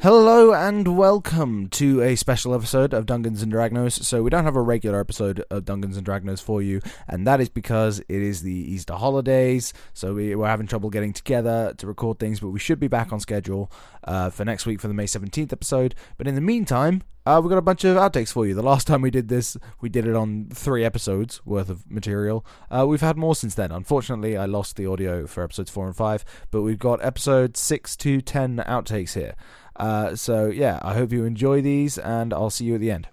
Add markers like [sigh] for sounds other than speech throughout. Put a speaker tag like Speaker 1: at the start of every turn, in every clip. Speaker 1: Hello and welcome to a special episode of Dungeons and Dragnos. So we don't have a regular episode of Dungeons and Dragnos for you, and that is because it is the Easter holidays. So we, we're having trouble getting together to record things, but we should be back on schedule uh, for next week for the May seventeenth episode. But in the meantime, uh, we've got a bunch of outtakes for you. The last time we did this, we did it on three episodes worth of material. Uh, we've had more since then. Unfortunately, I lost the audio for episodes four and five, but we've got episodes six to ten outtakes here. Uh, so yeah, I hope you enjoy these, and I'll see you at the end.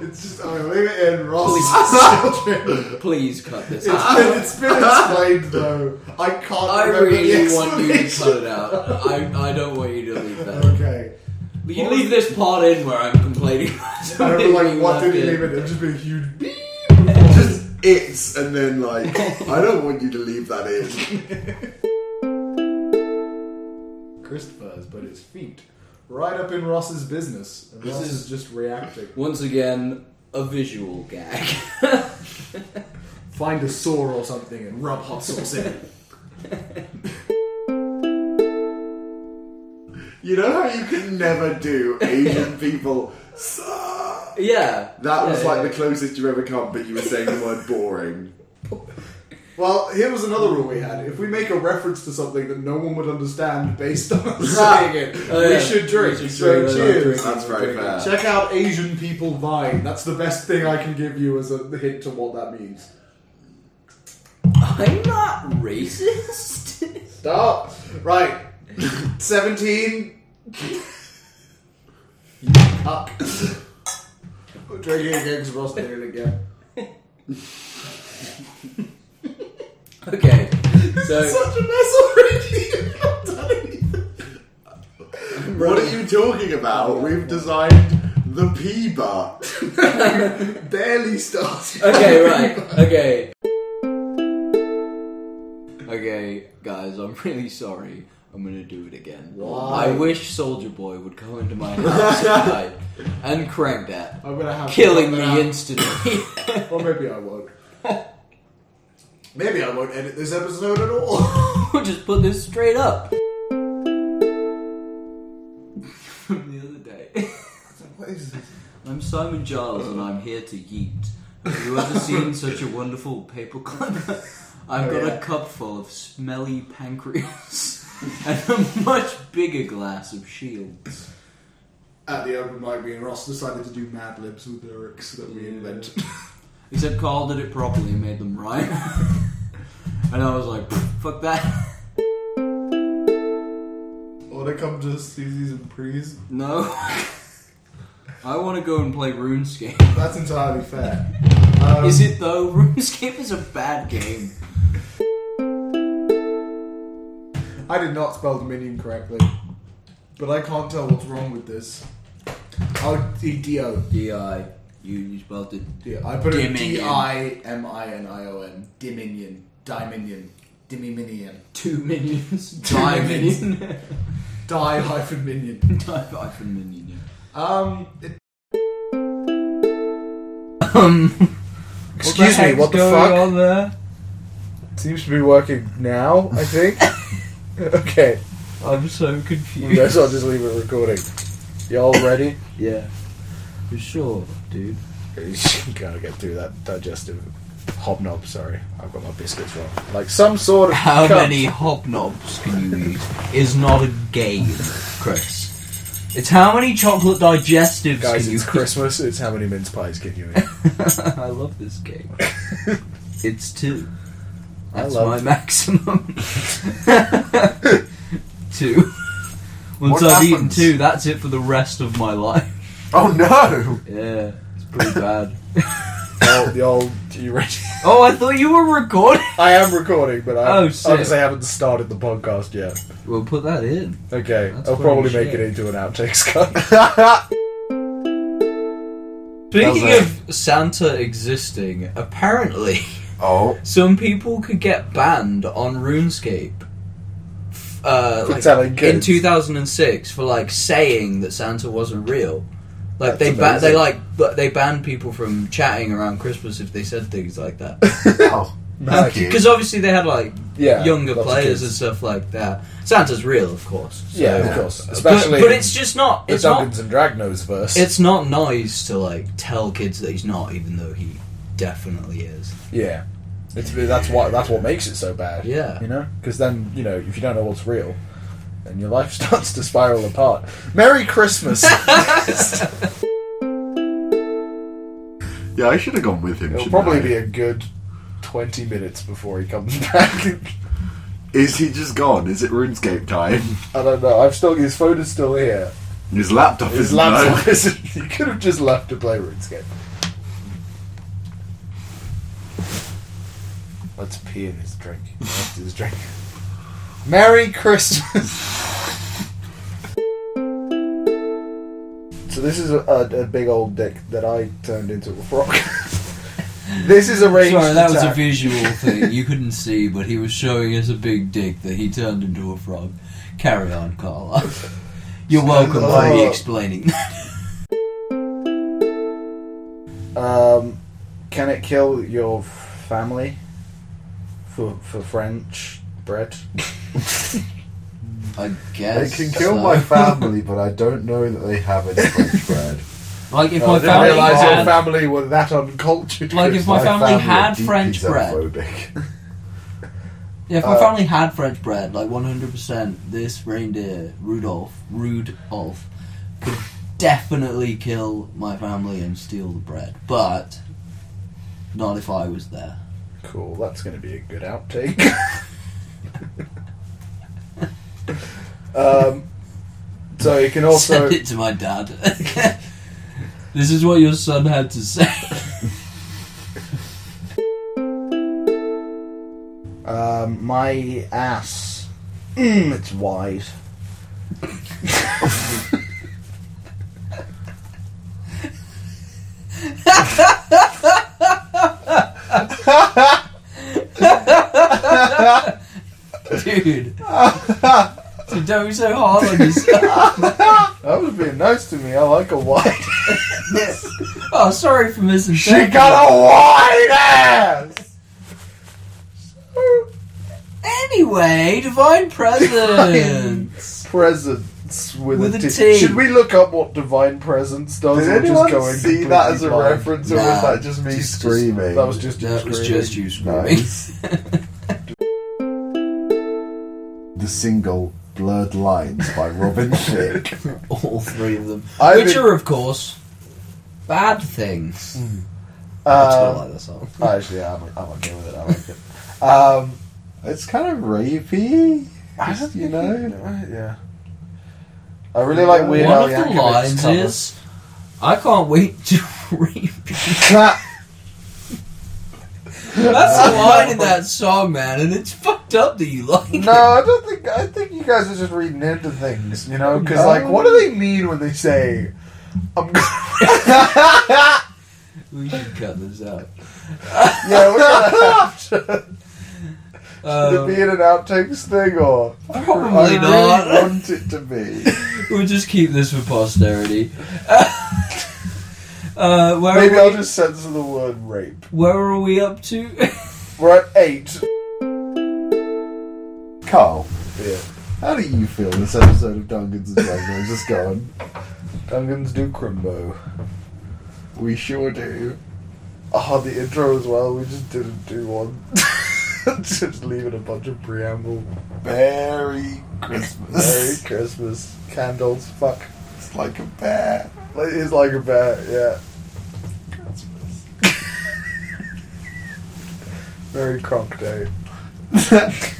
Speaker 2: it's just I'm gonna leave it in. Ross is [laughs] children.
Speaker 3: Please cut this
Speaker 2: It's
Speaker 3: out.
Speaker 2: been, it's been
Speaker 4: [laughs]
Speaker 2: explained though. I can't
Speaker 3: I
Speaker 2: remember
Speaker 3: really
Speaker 2: the
Speaker 3: want you to
Speaker 2: explanation.
Speaker 3: cut it out. I, I don't want you to leave that. in.
Speaker 2: [laughs] Okay.
Speaker 3: But you leave this part in where I'm complaining.
Speaker 2: I
Speaker 3: Something
Speaker 2: remember like
Speaker 3: you
Speaker 2: what did you
Speaker 3: left in.
Speaker 2: leave it? It'd just be a huge
Speaker 4: [laughs]
Speaker 2: beep.
Speaker 4: just it's and then
Speaker 2: [laughs]
Speaker 4: like I don't want you to leave that in.
Speaker 2: Christopher has put his feet right up in Ross's business, and Ross
Speaker 3: is-
Speaker 2: is just reacting.
Speaker 3: Once again, a visual gag. [laughs]
Speaker 2: Find a saw or something and rub hot sauce in. it.
Speaker 3: [laughs]
Speaker 4: You know how you can never do Asian people. "Suck?"
Speaker 3: yeah.
Speaker 4: That was
Speaker 3: Yeah,
Speaker 4: like
Speaker 3: yeah.
Speaker 4: the closest you ever come, but you were saying the word boring.
Speaker 2: Well, here was another rule we had: if we make a reference to something that no one would understand based on us saying it,
Speaker 3: [laughs] Oh,
Speaker 2: we
Speaker 3: yeah.
Speaker 2: should drink.
Speaker 3: We should
Speaker 2: so
Speaker 3: drink.
Speaker 2: cheers.
Speaker 4: That's very fair.
Speaker 2: Check out Asian people Vine. That's the best thing I can give you as a hint to what that means.
Speaker 3: I'm not racist. [laughs]
Speaker 2: Stop. Right. Seventeen. Up. Drinking again because Ross did it again. [laughs]
Speaker 3: okay. So
Speaker 2: Such a mess already. [laughs] You've not done anything. Oh,
Speaker 4: What are you talking about? We've designed the pea bar.
Speaker 2: [laughs] Barely started.
Speaker 3: okay, right. Okay. Okay, guys, I'm really sorry. I'm gonna do it again.
Speaker 2: Why?
Speaker 3: I wish Soldier Boy would come into my house tonight and crank that.
Speaker 2: I'm gonna have to
Speaker 3: killing
Speaker 2: cut
Speaker 3: me
Speaker 2: that out.
Speaker 3: instantly. [laughs]
Speaker 2: Or maybe I won't. [laughs] maybe I won't edit this episode at all.
Speaker 3: We'll just put this straight up. [laughs] From the other day.
Speaker 2: what is this?
Speaker 3: I'm Simon Giles and I'm here to yeet. Have you ever seen such a wonderful paperclip? I've
Speaker 2: Oh,
Speaker 3: got
Speaker 2: yeah.
Speaker 3: a cup full of smelly pancreas [laughs] and a much bigger glass of shields.
Speaker 2: At the open mic, me and Ross decided to do Mad Libs with lyrics that we
Speaker 3: Yeah.
Speaker 2: invented. [laughs]
Speaker 3: Except Carl did it properly and made them rhyme. [laughs] and I was like, fuck that. [laughs]
Speaker 2: Wanna come to Susie's and Prees?
Speaker 3: No. [laughs] I want to go and play RuneScape.
Speaker 2: That's entirely [laughs] fair. Um,
Speaker 3: Is it though? [laughs] RuneScape is a bad game.
Speaker 2: Um, I did not spell Dominion correctly, but I can't tell what's wrong with this. Oh, D- D-O.
Speaker 3: D-I. You, you spelled it.
Speaker 2: D- I put it
Speaker 3: Dominion.
Speaker 2: D-I-M-I-N-I-O-N. Dominion. Diminion. Dimiminion.
Speaker 3: Two minions. Die
Speaker 2: Two minions.
Speaker 3: [laughs] minion.
Speaker 2: Die hyphen minion.
Speaker 3: Die hyphen minion.
Speaker 2: Um, it- [laughs]
Speaker 3: Um,
Speaker 2: Excuse me, what the fuck?
Speaker 3: on there?
Speaker 2: Seems to be working now, I [laughs] think. okay,
Speaker 3: I'm so
Speaker 2: I guess
Speaker 3: confused.
Speaker 2: I'll just leave it recording. Y'all [laughs] ready?
Speaker 3: yeah. For sure, dude.
Speaker 2: Gotta get through that digestive hobnob, sorry. I've got my biscuits wrong. Like some sort of.
Speaker 3: How
Speaker 2: cup.
Speaker 3: many hobnobs can you eat is not a game, Chris. It's how many chocolate digestives
Speaker 2: Guys,
Speaker 3: can you
Speaker 2: it's Christmas, it's how many mince pies can you
Speaker 3: [laughs]
Speaker 2: eat?
Speaker 3: I love this game.
Speaker 2: [laughs]
Speaker 3: it's two.
Speaker 2: I
Speaker 3: That's
Speaker 2: love
Speaker 3: my
Speaker 2: it. [laughs]
Speaker 3: maximum. two. Once
Speaker 4: What
Speaker 3: I've eaten
Speaker 4: happens?
Speaker 3: two, that's it for the rest of my life.
Speaker 4: Oh no!
Speaker 3: Yeah, it's pretty bad.
Speaker 2: Oh, the old. Are you ready?
Speaker 3: oh, I thought you were recording.
Speaker 2: [laughs]
Speaker 3: [laughs]
Speaker 2: I am recording, but I
Speaker 3: Oh, shit.
Speaker 2: honestly haven't started the podcast yet.
Speaker 3: We'll put that in.
Speaker 2: Okay,
Speaker 3: That's
Speaker 2: I'll
Speaker 3: funny
Speaker 2: probably
Speaker 3: shit.
Speaker 2: make it into an outtakes [laughs] cut.
Speaker 3: Speaking
Speaker 4: That
Speaker 3: of Santa existing, apparently [laughs]
Speaker 4: Oh,
Speaker 3: some people could get banned on RuneScape f- uh,
Speaker 2: For
Speaker 3: like,
Speaker 2: telling
Speaker 3: in
Speaker 2: kids.
Speaker 3: 2006 for like saying that Santa wasn't real.
Speaker 2: That's
Speaker 3: Like they ba-
Speaker 2: amazing.
Speaker 3: they like but they banned people from chatting around Christmas if they said things like that.
Speaker 2: [laughs]
Speaker 4: Oh, thank you.
Speaker 3: Because obviously they had like
Speaker 2: Yeah,
Speaker 3: younger
Speaker 2: lots of
Speaker 3: players
Speaker 2: kids.
Speaker 3: and stuff like that. Santa's real, of course. so-
Speaker 2: Yeah, of
Speaker 4: Yeah.
Speaker 2: course.
Speaker 3: But-
Speaker 2: Especially
Speaker 3: but, it's just not.
Speaker 2: the
Speaker 3: It's not.
Speaker 2: Dungeons and Dragons verse.
Speaker 3: It's not nice to like tell kids that he's not, even though he definitely is.
Speaker 2: yeah. It's, that's what that's what makes it so bad.
Speaker 3: Yeah.
Speaker 2: you know, because then you know if you don't know what's real, then your life [laughs] starts to spiral apart. Merry [laughs] Christmas.
Speaker 4: yeah, I should have gone with him.
Speaker 2: It'll
Speaker 4: shouldn't
Speaker 2: probably
Speaker 4: I?
Speaker 2: be a good twenty minutes before he comes [laughs] back.
Speaker 4: Is he just gone? Is it RuneScape time?
Speaker 2: [laughs] I don't know. I've still his phone is still here.
Speaker 4: His laptop
Speaker 2: His
Speaker 4: is
Speaker 2: laptop isn't. [laughs] He could have just left to play RuneScape. Let's pee in his drink. Left his drink. Merry Christmas. so this is a, a, a big old dick that I turned into a frog. [laughs] this is a ranged
Speaker 3: Sorry, that was a
Speaker 2: attack.
Speaker 3: visual thing you couldn't see, but he was showing us a big dick that he turned into a frog. Carry on, Carl. [laughs] You're welcome for
Speaker 2: Oh.
Speaker 3: re-explaining. [laughs]
Speaker 2: Um, can it kill your family for for French bread?
Speaker 3: I
Speaker 4: It
Speaker 3: guess
Speaker 4: can kill
Speaker 3: so.
Speaker 4: my family, but I don't know that they have
Speaker 3: [laughs]
Speaker 4: any French bread.
Speaker 3: Like if
Speaker 2: Oh, I
Speaker 3: my
Speaker 2: didn't
Speaker 3: family
Speaker 2: realise your
Speaker 3: had,
Speaker 2: family were that uncultured.
Speaker 3: Like,
Speaker 2: Chris.
Speaker 3: if my family had
Speaker 4: are deeply
Speaker 3: French bread.
Speaker 4: xenophobic.
Speaker 3: yeah, if
Speaker 2: uh,
Speaker 3: my family had French bread, like 100%, this reindeer Rudolph, Rudolph, could definitely kill my family and steal the bread, but not if I was there. [laughs]
Speaker 2: cool, that's going to be a good outtake. um, so you can
Speaker 3: [laughs]
Speaker 2: also
Speaker 3: Send it to my dad. this is what your son had to say. [laughs]
Speaker 2: um, my ass. Mm, it's wide. [laughs]
Speaker 3: Dude. Dude, don't be so hard on yourself.
Speaker 2: That was being nice to me. I like a wide.
Speaker 3: [laughs] Oh, sorry for missing.
Speaker 2: she got a wide ass.
Speaker 3: Anyway,
Speaker 2: [laughs]
Speaker 3: divine presence.
Speaker 2: Presents with,
Speaker 3: With
Speaker 2: a
Speaker 3: a
Speaker 2: T.
Speaker 3: T.
Speaker 2: Should we look up what divine presence does?
Speaker 4: Did
Speaker 2: or just
Speaker 4: anyone
Speaker 2: go in
Speaker 4: see
Speaker 2: completely
Speaker 4: that as a
Speaker 2: blind?
Speaker 4: reference, or was
Speaker 3: Nah,
Speaker 4: that just me
Speaker 3: just- just-
Speaker 4: screaming?
Speaker 2: That was just you
Speaker 3: that was
Speaker 2: screaming.
Speaker 3: just you screaming. [laughs]
Speaker 4: Nice. the single "Blurred Lines"
Speaker 3: [laughs]
Speaker 4: by Robin Thicke.
Speaker 3: All three of them,
Speaker 2: I
Speaker 3: which
Speaker 2: think-
Speaker 3: are, of course, bad things.
Speaker 4: Um,
Speaker 3: I still
Speaker 2: Uh,
Speaker 3: like that song.
Speaker 2: actually, yeah, I'm, I'm okay with it. I like it. Um,
Speaker 4: It's kind of rapey.
Speaker 2: I
Speaker 4: Just,
Speaker 2: don't
Speaker 4: you
Speaker 2: think
Speaker 4: know?
Speaker 2: it- uh, yeah. I really like Weird Al
Speaker 3: One of the
Speaker 2: Yankovic's
Speaker 3: lines
Speaker 2: cover.
Speaker 3: is, "I can't wait to [laughs] repeat." That's
Speaker 2: [laughs]
Speaker 3: the line in that song, man, and it's fucked up that you like.
Speaker 2: no, I don't think. I think you guys are just reading into things, you know? Because like, what do they mean when they say, "I'm"? Gonna...
Speaker 3: it. We should cut this out.
Speaker 2: [laughs] yeah, we're
Speaker 3: [laughs]
Speaker 2: gonna have to [laughs]
Speaker 3: Um,
Speaker 2: be in an outtakes thing,
Speaker 3: [laughs]
Speaker 2: or
Speaker 4: I
Speaker 3: probably
Speaker 4: really
Speaker 3: not. [laughs]
Speaker 4: want it to be.
Speaker 3: We'll just keep this for posterity. [laughs] uh, where,
Speaker 2: maybe
Speaker 3: are
Speaker 2: I'll
Speaker 3: we,
Speaker 2: just censor the word rape.
Speaker 3: where are we up to? [laughs]
Speaker 2: We're at eight.
Speaker 4: Carl,
Speaker 2: Yeah,
Speaker 4: how do you feel this episode of Dungeons and Dragons has gone?
Speaker 2: Dungeons do crimbo.
Speaker 4: We sure do.
Speaker 2: Oh, the intro as well. We just didn't do one. [laughs] just leaving a bunch of preamble.
Speaker 4: Merry Christmas.
Speaker 2: Merry Christmas. Candles. Fuck.
Speaker 4: It's like a bear.
Speaker 2: It is like a bear. Yeah.
Speaker 4: Christmas.
Speaker 2: [laughs] Merry Cronk Day.
Speaker 4: [laughs]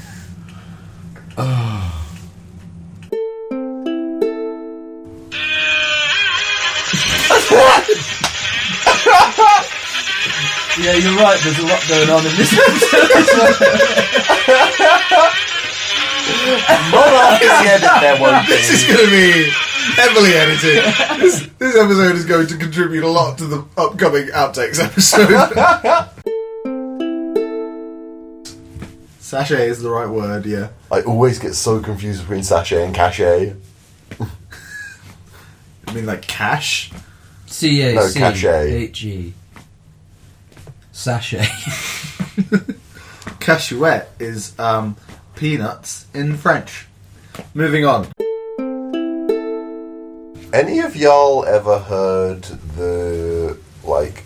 Speaker 3: yeah, you're right. There's a lot going on in this [laughs] episode.
Speaker 2: [laughs] this is going to be heavily edited. this, this episode is going to contribute a lot to the
Speaker 5: [laughs]
Speaker 2: upcoming outtakes episode.
Speaker 5: Sachet is the right word, yeah. I always get so confused between sachet and cachet. I mean, like cash?
Speaker 6: C A
Speaker 5: No,
Speaker 6: C
Speaker 5: cachet.
Speaker 6: H E. Sachet.
Speaker 5: Cachouette is um, peanuts in French. Moving on.
Speaker 4: Any of y'all ever heard the like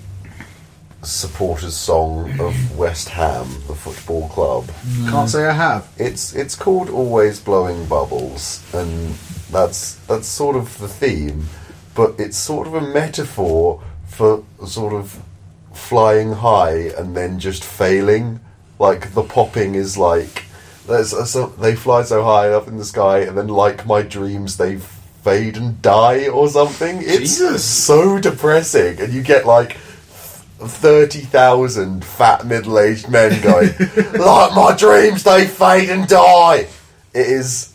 Speaker 4: supporters song of West Ham, the football club?
Speaker 5: Can't say I have.
Speaker 4: It's it's called Always Blowing Bubbles, and that's that's sort of the theme, but it's sort of a metaphor for sort of flying high and then just failing. Like the popping is like there's a, so, they fly so high up in the sky, and then like my dreams, they fade and die or something. It's
Speaker 5: Jesus.
Speaker 4: so depressing, and you get like. 30,000 fat middle aged men
Speaker 6: [laughs]
Speaker 4: going, like my dreams, they fade and die. It is,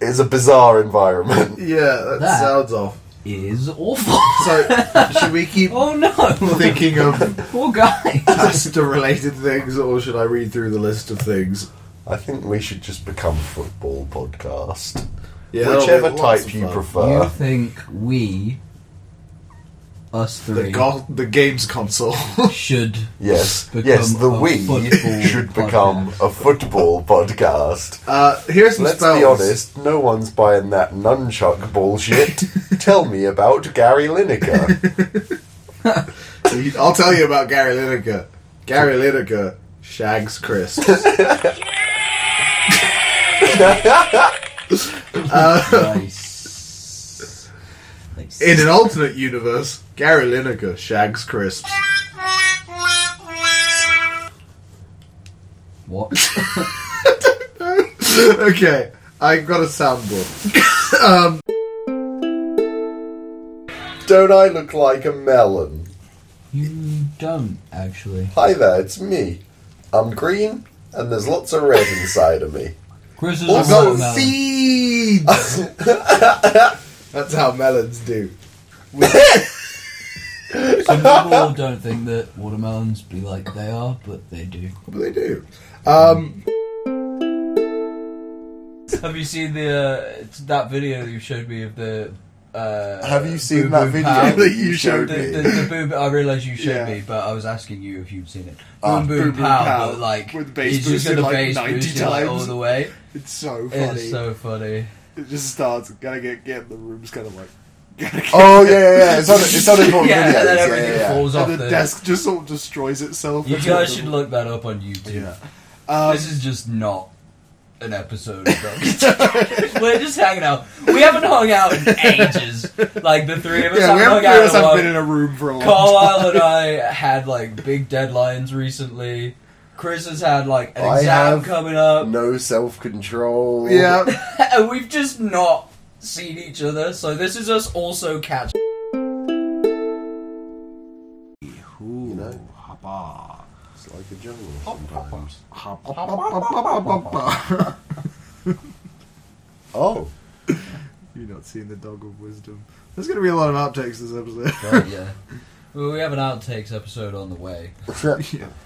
Speaker 4: it is a bizarre environment.
Speaker 5: Yeah, that,
Speaker 6: That-
Speaker 5: sounds off.
Speaker 6: [laughs] Is awful. [laughs]
Speaker 5: So, [laughs] should we keep
Speaker 6: oh no!
Speaker 5: thinking of
Speaker 6: [laughs] Poor guy.
Speaker 5: pasta related things, or should I read through the list of things?
Speaker 4: I think we should just become a football podcast.
Speaker 6: oh,
Speaker 5: Yeah, that'll
Speaker 4: Whichever
Speaker 5: be lots
Speaker 4: type
Speaker 5: of
Speaker 4: you
Speaker 5: fun.
Speaker 4: prefer.
Speaker 6: you think we, us
Speaker 5: The,
Speaker 6: three,
Speaker 5: go- the games console. [laughs]
Speaker 6: should
Speaker 4: yes,
Speaker 6: become
Speaker 4: yes, the
Speaker 6: a
Speaker 4: we [laughs]
Speaker 6: football
Speaker 4: should
Speaker 6: podcast?
Speaker 4: become a football
Speaker 6: [laughs]
Speaker 4: podcast.
Speaker 5: uh, here's some
Speaker 4: Let's
Speaker 5: spells.
Speaker 4: be honest, no one's buying that nunchuck
Speaker 6: [laughs]
Speaker 4: bullshit. Tell me about Gary Lineker. [laughs]
Speaker 5: You- I'll tell you about Gary Lineker. Gary Lineker shags crisps.
Speaker 4: [laughs]
Speaker 6: Nice. Nice.
Speaker 5: In an alternate universe, Gary Lineker shags crisps. [laughs]
Speaker 6: what?
Speaker 5: okay, I've got a soundboard.
Speaker 4: Don't I look like a melon?
Speaker 6: You don't actually.
Speaker 4: Hi there, it's me. I'm green, and there's lots of red inside of me.
Speaker 6: Chris is a
Speaker 4: Also, Oh,
Speaker 6: watermelon.
Speaker 5: Seeds! [laughs] That's how melons do.
Speaker 4: [laughs]
Speaker 6: Some people don't think that watermelons be like they are, but they do.
Speaker 5: But they do. Um,
Speaker 3: Have you seen the uh, it's that video that you showed me of the? Uh,
Speaker 4: Have you seen
Speaker 3: boo-boo
Speaker 4: that video
Speaker 3: pound?
Speaker 4: that you showed
Speaker 3: the,
Speaker 4: me?
Speaker 3: The, the boo- I realised you showed
Speaker 5: Yeah.
Speaker 3: me, but I was asking you if you'd seen it.
Speaker 4: Ah,
Speaker 3: Boom boom,
Speaker 5: Boom Boom
Speaker 3: pow,
Speaker 5: Pow,
Speaker 3: but like
Speaker 5: with bass
Speaker 3: he's just
Speaker 5: boosted,
Speaker 3: gonna
Speaker 5: like,
Speaker 3: bass
Speaker 5: 90
Speaker 3: boost it, like, all
Speaker 5: times.
Speaker 3: the way.
Speaker 5: it's so funny.
Speaker 3: It's so
Speaker 5: [laughs]
Speaker 3: funny.
Speaker 5: it just starts, gotta get, get in the room's kind of like.
Speaker 4: Oh yeah, [laughs] yeah, yeah. It's on, it's uh, on
Speaker 3: [laughs]
Speaker 4: important
Speaker 3: yeah, and
Speaker 4: videos.
Speaker 3: then
Speaker 4: yeah,
Speaker 3: everything
Speaker 4: yeah, yeah.
Speaker 3: falls off
Speaker 5: and the desk just sort of destroys itself.
Speaker 3: You
Speaker 5: It's
Speaker 3: guys should
Speaker 5: wonderful.
Speaker 3: look that up on YouTube.
Speaker 5: Um,
Speaker 3: this is just not an episode. of Drunk. [laughs] We're just hanging out. We haven't hung out
Speaker 5: [laughs]
Speaker 3: in ages. Like the three of us
Speaker 5: yeah, we
Speaker 3: haven't hung
Speaker 5: haven't
Speaker 3: out
Speaker 5: three of us
Speaker 3: in a
Speaker 5: have
Speaker 3: while.
Speaker 5: been in a room for a long
Speaker 3: Carlisle
Speaker 4: [laughs]
Speaker 3: and I had like big deadlines recently. Chris has had like an
Speaker 4: I
Speaker 3: exam
Speaker 4: have-
Speaker 3: coming up,
Speaker 4: No self control.
Speaker 5: time.
Speaker 3: [laughs]
Speaker 5: Yeah,
Speaker 3: and we've just not seen each other. So this is us also catch.
Speaker 4: you know, it's like a jungle sometimes. Oh, [laughs]
Speaker 5: you're not seeing the dog of wisdom. There's going to be a lot of outtakes this
Speaker 4: [laughs]
Speaker 5: episode.
Speaker 3: yeah. Well, we have an outtakes episode on the way,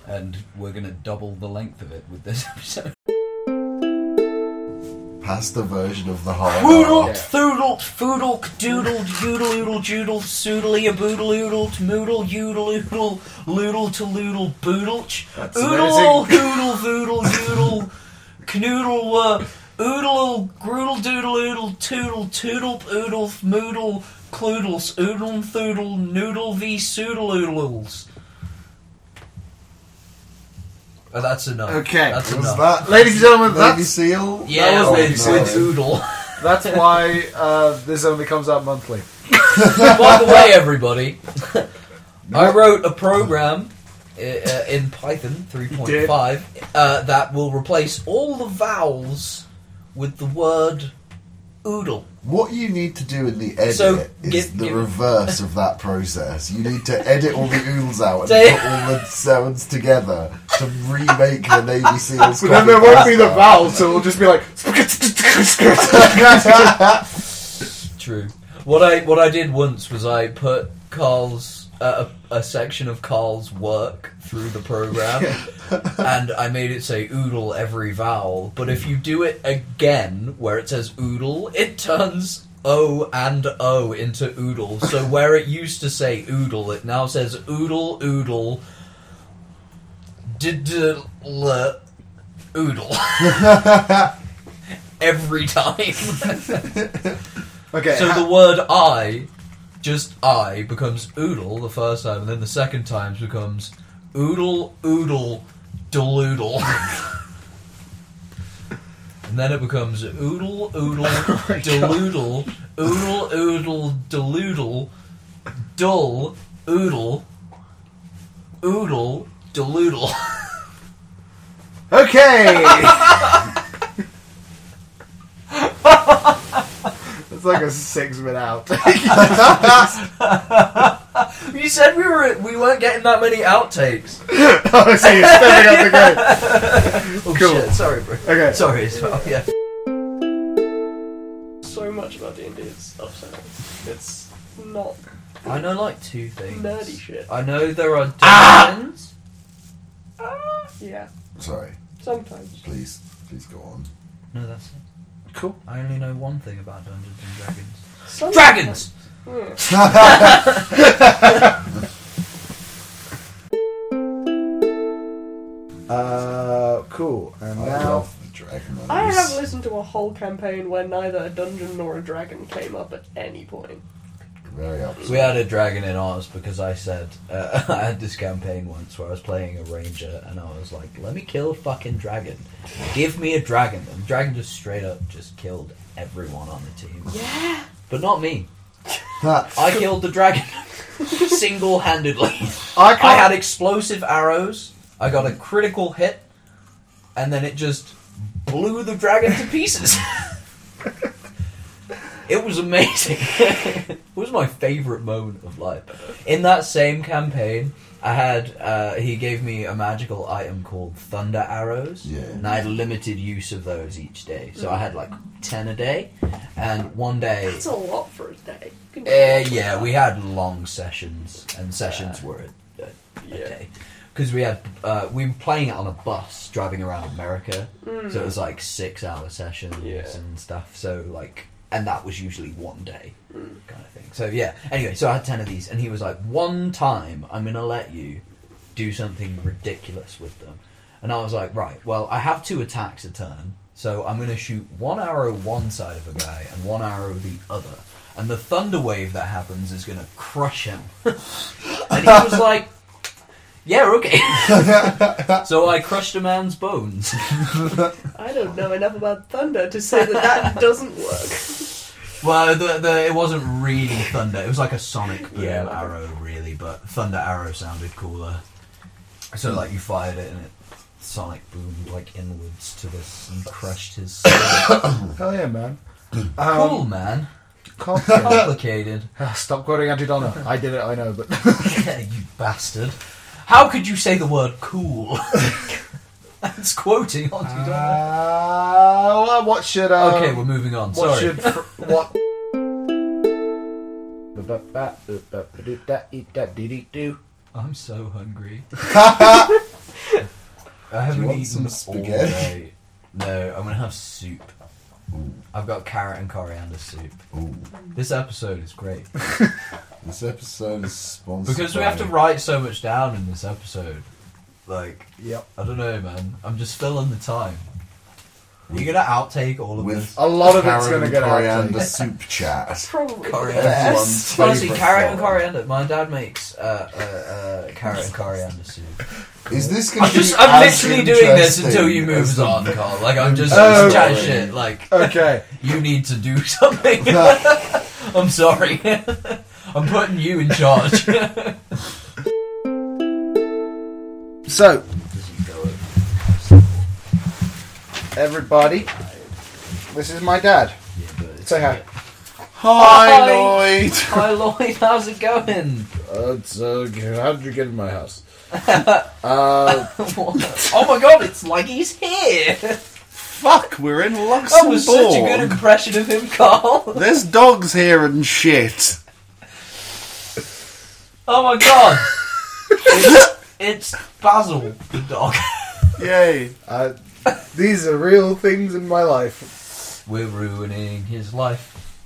Speaker 3: and we're gonna double the length of it with this [laughs] episode.
Speaker 4: pasta version of the hard
Speaker 3: Woodled,
Speaker 4: R.
Speaker 3: thoodled, foodled, doodled, yoodle, oodle, joodle, soodly, a boodle, oodled, moodle, yoodle, oodle, loodle to loodle, boodlech, oodle, hoodle, voodle, yoodle, canoodle, were, oodle, groodle, doodle, oodle, toodle, toodle, oodle, moodle, cloodles, oodle, thoodle, noodle, v soodle, oodles. Oh, that's enough.
Speaker 5: Okay.
Speaker 3: that's
Speaker 4: Was
Speaker 3: enough.
Speaker 4: that
Speaker 5: Ladies and gentlemen,
Speaker 4: Navy
Speaker 5: that's,
Speaker 4: Seal? Oh,
Speaker 3: yeah,
Speaker 5: that was
Speaker 3: with-
Speaker 5: Navy
Speaker 3: with
Speaker 4: Seal.
Speaker 3: oodle.
Speaker 5: that's why uh, this only comes out monthly.
Speaker 3: By the way, everybody, I wrote a program uh, uh, in Python 3.5 uh, that will replace all the vowels with the word oodle.
Speaker 4: What you need to do in the edit
Speaker 3: So,
Speaker 4: is
Speaker 3: give-
Speaker 4: the
Speaker 3: give-
Speaker 4: reverse of that process. You need to edit all the
Speaker 3: [laughs]
Speaker 4: oodles out and
Speaker 3: Say-
Speaker 4: put all the sounds together to remake the Navy Seals.
Speaker 5: But then there
Speaker 4: copy
Speaker 5: won't be the
Speaker 4: pasta.
Speaker 5: vowel, so it'll just be like. [laughs]
Speaker 3: True. What I what I did once was I put Carl's a, a section of Carl's work through the program, and I made it say oodle every vowel. But if you do it again, where it says oodle, it turns O and O into oodle. So where it used to say oodle, it now says oodle oodle. Diddle oodle every time. [laughs]
Speaker 2: Okay.
Speaker 3: So
Speaker 2: ha-
Speaker 3: the word I, just I, becomes oodle the first time, and then the second time becomes oodle, oodle, doodle. [laughs] and then it becomes oodle, oodle, doodle, oodle, oodle, doodle, dull, oodle, oodle, doodle. [laughs]
Speaker 2: okay. It's like a six minute out.
Speaker 3: You said we were we weren't getting that many outtakes.
Speaker 2: Honestly, it's stepping up the grade.
Speaker 3: Oh
Speaker 2: Cool.
Speaker 3: shit! Sorry, bro.
Speaker 2: Okay.
Speaker 3: Sorry as well. Yeah.
Speaker 7: So much about D&D is upsetting. It's not
Speaker 3: I know like two things.
Speaker 7: nerdy shit.
Speaker 3: I know there are dungeons.
Speaker 7: Yeah,
Speaker 4: [laughs] Sorry,
Speaker 7: sometimes.
Speaker 4: please, please go on.
Speaker 3: No, that's it.
Speaker 2: Cool.
Speaker 3: I only know one thing about Dungeons and Dragons.
Speaker 7: Sometimes.
Speaker 3: Dragons!
Speaker 7: Yeah.
Speaker 2: Uh, cool. And
Speaker 4: I
Speaker 2: now,
Speaker 4: love the dragon.
Speaker 7: I have listened to a whole campaign where neither a dungeon nor a dragon came up at any point.
Speaker 4: very upset.
Speaker 3: We had a dragon in ours because I said, uh, [laughs] I had this campaign once where I was playing a ranger and I was like, let me kill a fucking dragon. Give me a dragon. And the dragon just straight up just killed everyone on the team. Yeah. But not me. I killed the dragon [laughs] single handedly.
Speaker 2: I can't.
Speaker 3: I had explosive arrows. I got a critical hit, and then it just blew the dragon to pieces. [laughs] it was amazing. it was my favorite moment of life. In that same campaign, I had uh, he gave me a magical item called thunder arrows,
Speaker 4: Yeah.
Speaker 3: and I had limited use of those each day. So I had like ten a day, and one day
Speaker 7: That's a lot for a day. You can do
Speaker 3: uh,
Speaker 7: that.
Speaker 3: yeah, we had long sessions, and sessions were uh, a, a, a
Speaker 7: Yeah.
Speaker 3: day because we had uh, we were playing it on a bus driving around America, so it was like six-hour sessions
Speaker 7: Mm. Yeah.
Speaker 3: and stuff. So like, and that was usually one day
Speaker 7: Mm.
Speaker 3: kind of thing. So yeah. Anyway, so I had ten of these, and he was like, "One time, I'm gonna let you do something ridiculous with them," and I was like, "Right, well, I have two attacks a turn." So I'm going to shoot one arrow one side of a guy and one arrow the other. And the thunder wave that happens is going to crush him. [laughs] and he was like, yeah, [laughs] okay. so I crushed a man's bones.
Speaker 7: I don't know enough about thunder to say
Speaker 3: [laughs]
Speaker 7: that that doesn't work.
Speaker 3: [laughs] well, the, the, it wasn't really thunder. It was like a sonic boom
Speaker 7: Yeah, like-
Speaker 3: arrow, really, but thunder arrow sounded cooler. So, like, you fired it and it sonic boomed, like, inwards to this and crushed [coughs] his skull.
Speaker 2: Hell yeah, man. [sighs]
Speaker 3: cool, man. [laughs]
Speaker 2: Complicated.
Speaker 3: Um, Complicated.
Speaker 2: Stop quoting Auntie Donna. I did it, I know, but.
Speaker 3: Yeah, you bastard. How could you say the word [laughs] cool? That's quoting on you, don't it?
Speaker 2: Uh, well, what should. Um,
Speaker 3: Okay, we're moving on.
Speaker 2: What
Speaker 3: Sorry.
Speaker 2: should. Fr- what.
Speaker 3: I'm so
Speaker 4: [laughs]
Speaker 3: hungry. I haven't
Speaker 4: want
Speaker 3: eaten
Speaker 4: some
Speaker 3: all
Speaker 4: spaghetti?
Speaker 3: day. No, I'm gonna have soup. I've got carrot and coriander soup.
Speaker 4: Ooh,
Speaker 3: This episode is great
Speaker 4: this episode is sponsored
Speaker 3: because we have to
Speaker 4: by-
Speaker 3: write so much down in this episode. Like,
Speaker 2: Yep.
Speaker 3: I don't know, man. I'm just filling the time. Are you gonna outtake all of this?
Speaker 4: with
Speaker 2: A lot of it's
Speaker 4: Karen
Speaker 2: gonna get
Speaker 4: coriander
Speaker 3: [laughs]
Speaker 2: out.
Speaker 4: soup
Speaker 7: It's
Speaker 4: chat.
Speaker 7: probably
Speaker 3: Coriander.
Speaker 4: Everyone's
Speaker 3: Honestly,
Speaker 4: favourite
Speaker 3: carrot and
Speaker 4: flower.
Speaker 3: coriander. My dad makes uh, uh, uh, carrot and coriander soup.
Speaker 4: Is this going
Speaker 3: I'm
Speaker 4: to be
Speaker 3: just, I'm
Speaker 4: as
Speaker 3: literally doing this
Speaker 4: interesting
Speaker 3: until you
Speaker 4: as
Speaker 3: move
Speaker 4: the-
Speaker 3: on, Carl. Like, I'm just
Speaker 2: Oh.
Speaker 3: chat shit. Like,
Speaker 2: Okay.
Speaker 3: you need to do [laughs] something. I'm sorry. [laughs] I'm putting you in charge.
Speaker 2: So, everybody, this is my dad. Say hi.
Speaker 4: Hi,
Speaker 3: Hi.
Speaker 4: Lloyd.
Speaker 3: Hi, Lloyd. How's it going?
Speaker 2: Uh, it's, uh, how did you get in my house? uh,
Speaker 3: What? oh my god, it's like he's here.
Speaker 5: Fuck, we're in
Speaker 3: That was such a good
Speaker 5: Luxembourg.
Speaker 3: impression of him, Carl.
Speaker 5: There's dogs here and shit.
Speaker 3: Oh my god! it's, it's Basil, the dog. [laughs]
Speaker 2: Yay.
Speaker 5: Uh, these are real things in my life.
Speaker 3: We're ruining his life.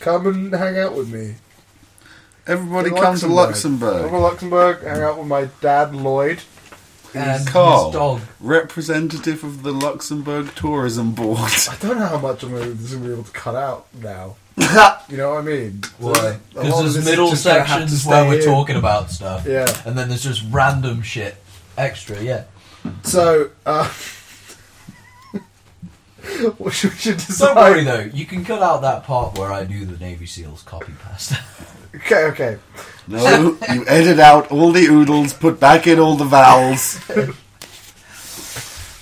Speaker 2: Come and hang out with me.
Speaker 8: Everybody
Speaker 2: In
Speaker 8: come to
Speaker 2: Over
Speaker 8: Luxembourg.
Speaker 2: Luxembourg, hang out with my dad, Lloyd.
Speaker 3: And
Speaker 8: Carl.
Speaker 3: his dog.
Speaker 8: Representative of the Luxembourg Tourism Board. [laughs]
Speaker 2: I don't know how much I'm going to be able to cut out
Speaker 6: [laughs]
Speaker 2: now. you know what I mean?
Speaker 3: Why?
Speaker 2: A lot of
Speaker 3: Because
Speaker 2: this
Speaker 3: there's
Speaker 2: is
Speaker 3: middle
Speaker 2: just gonna have to
Speaker 3: sections where
Speaker 2: stay
Speaker 3: we're
Speaker 2: in.
Speaker 3: talking about stuff.
Speaker 2: Yeah.
Speaker 3: And then there's just random shit. Extra,
Speaker 2: [laughs]
Speaker 3: yeah.
Speaker 2: So, uh, we should we should decide.
Speaker 3: Don't worry though, you can cut out that part where I do the Navy SEALs copy pasta. [laughs]
Speaker 2: Okay, okay.
Speaker 8: No, you edit out all the oodles, put back in all the vowels.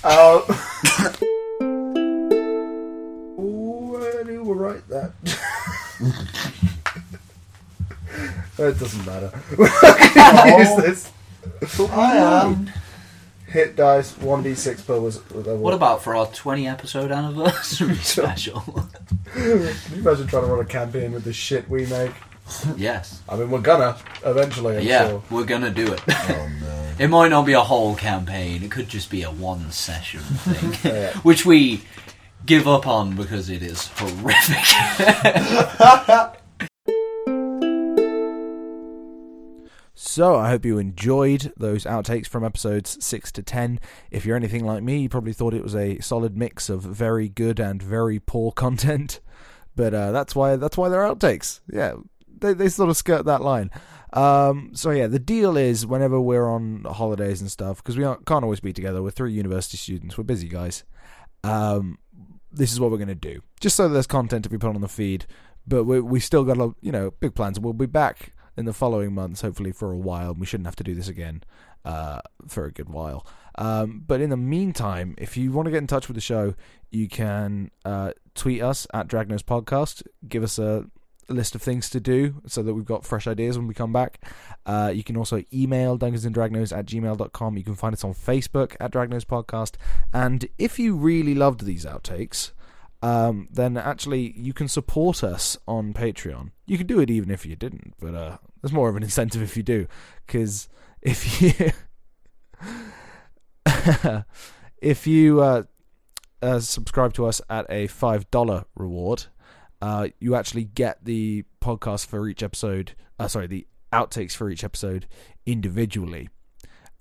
Speaker 2: Uh, oh, I knew we were right that. it doesn't matter. We're not gonna use this.
Speaker 6: I am.
Speaker 2: Hit dice, 1d6 per was. uh,
Speaker 6: What about for our 20 episode
Speaker 2: [laughs]
Speaker 6: anniversary special?
Speaker 2: Can you imagine trying to run a campaign with the shit we make?
Speaker 6: yes.
Speaker 2: I mean, we're gonna eventually. I'm
Speaker 6: Yeah,
Speaker 2: sure. Oh,
Speaker 6: we're gonna do it. [laughs] It might not be a whole campaign. It could just be a one session thing,
Speaker 2: [laughs] Yeah.
Speaker 6: [laughs] which we give up on because it is horrific.
Speaker 1: So I hope you enjoyed those outtakes from episodes 6 to 10. If you're anything like me, you probably thought it was a solid mix of very good and very poor [laughs] content. But uh, that's why that's why they're outtakes. Yeah, they, they sort of skirt that line. Um, so yeah, the deal is whenever we're on holidays and stuff, because we aren't, can't always be together. We're three university students. We're busy guys. Um, this is what we're going to do, just so there's content to be put on the feed. But we we still got a lot, you know big plans. We'll be back in the following months, hopefully for a while. and We shouldn't have to do this again uh, for a good while. Um, but in the meantime, if you want to get in touch with the show, you can uh, tweet us at Dragnos Podcast. Give us a list of things to do so that we've got fresh ideas when we come back. Uh, you can also email dungeonsanddragnos at gmail.com. You can find us on Facebook at Dragnos Podcast. And if you really loved these outtakes, um, then actually you can support us on Patreon. You could do it even if you didn't, but uh, there's more of an incentive if you do, because if you [laughs] if you uh, uh, subscribe to us at a five dollar reward, uh, you actually get the podcast for each episode. Uh, sorry, the outtakes for each episode individually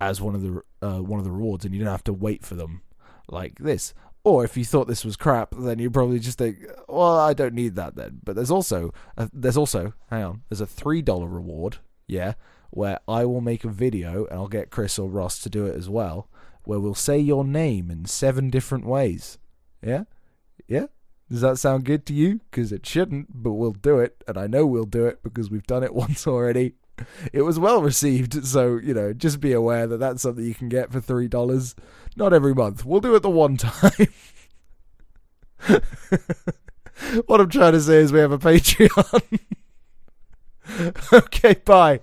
Speaker 1: as one of the uh, one of the rewards, and you don't have to wait for them like this. Or if you thought this was crap, then you probably just think, "Well, I don't need that then." But there's also a, there's also hang on, there's a three dollar reward, yeah, where I will make a video and I'll get Chris or Ross to do it as well, where we'll say your name in seven different ways, yeah, yeah. Does that sound good to you? Because it shouldn't, but we'll do it, and I know we'll do it because we've done it [laughs] once already. It was well received, so you know, just be aware that that's something you can get for three dollars not every month. We'll do it the one [laughs] time. what I'm trying to say is we have a [laughs] Patreon. okay, bye.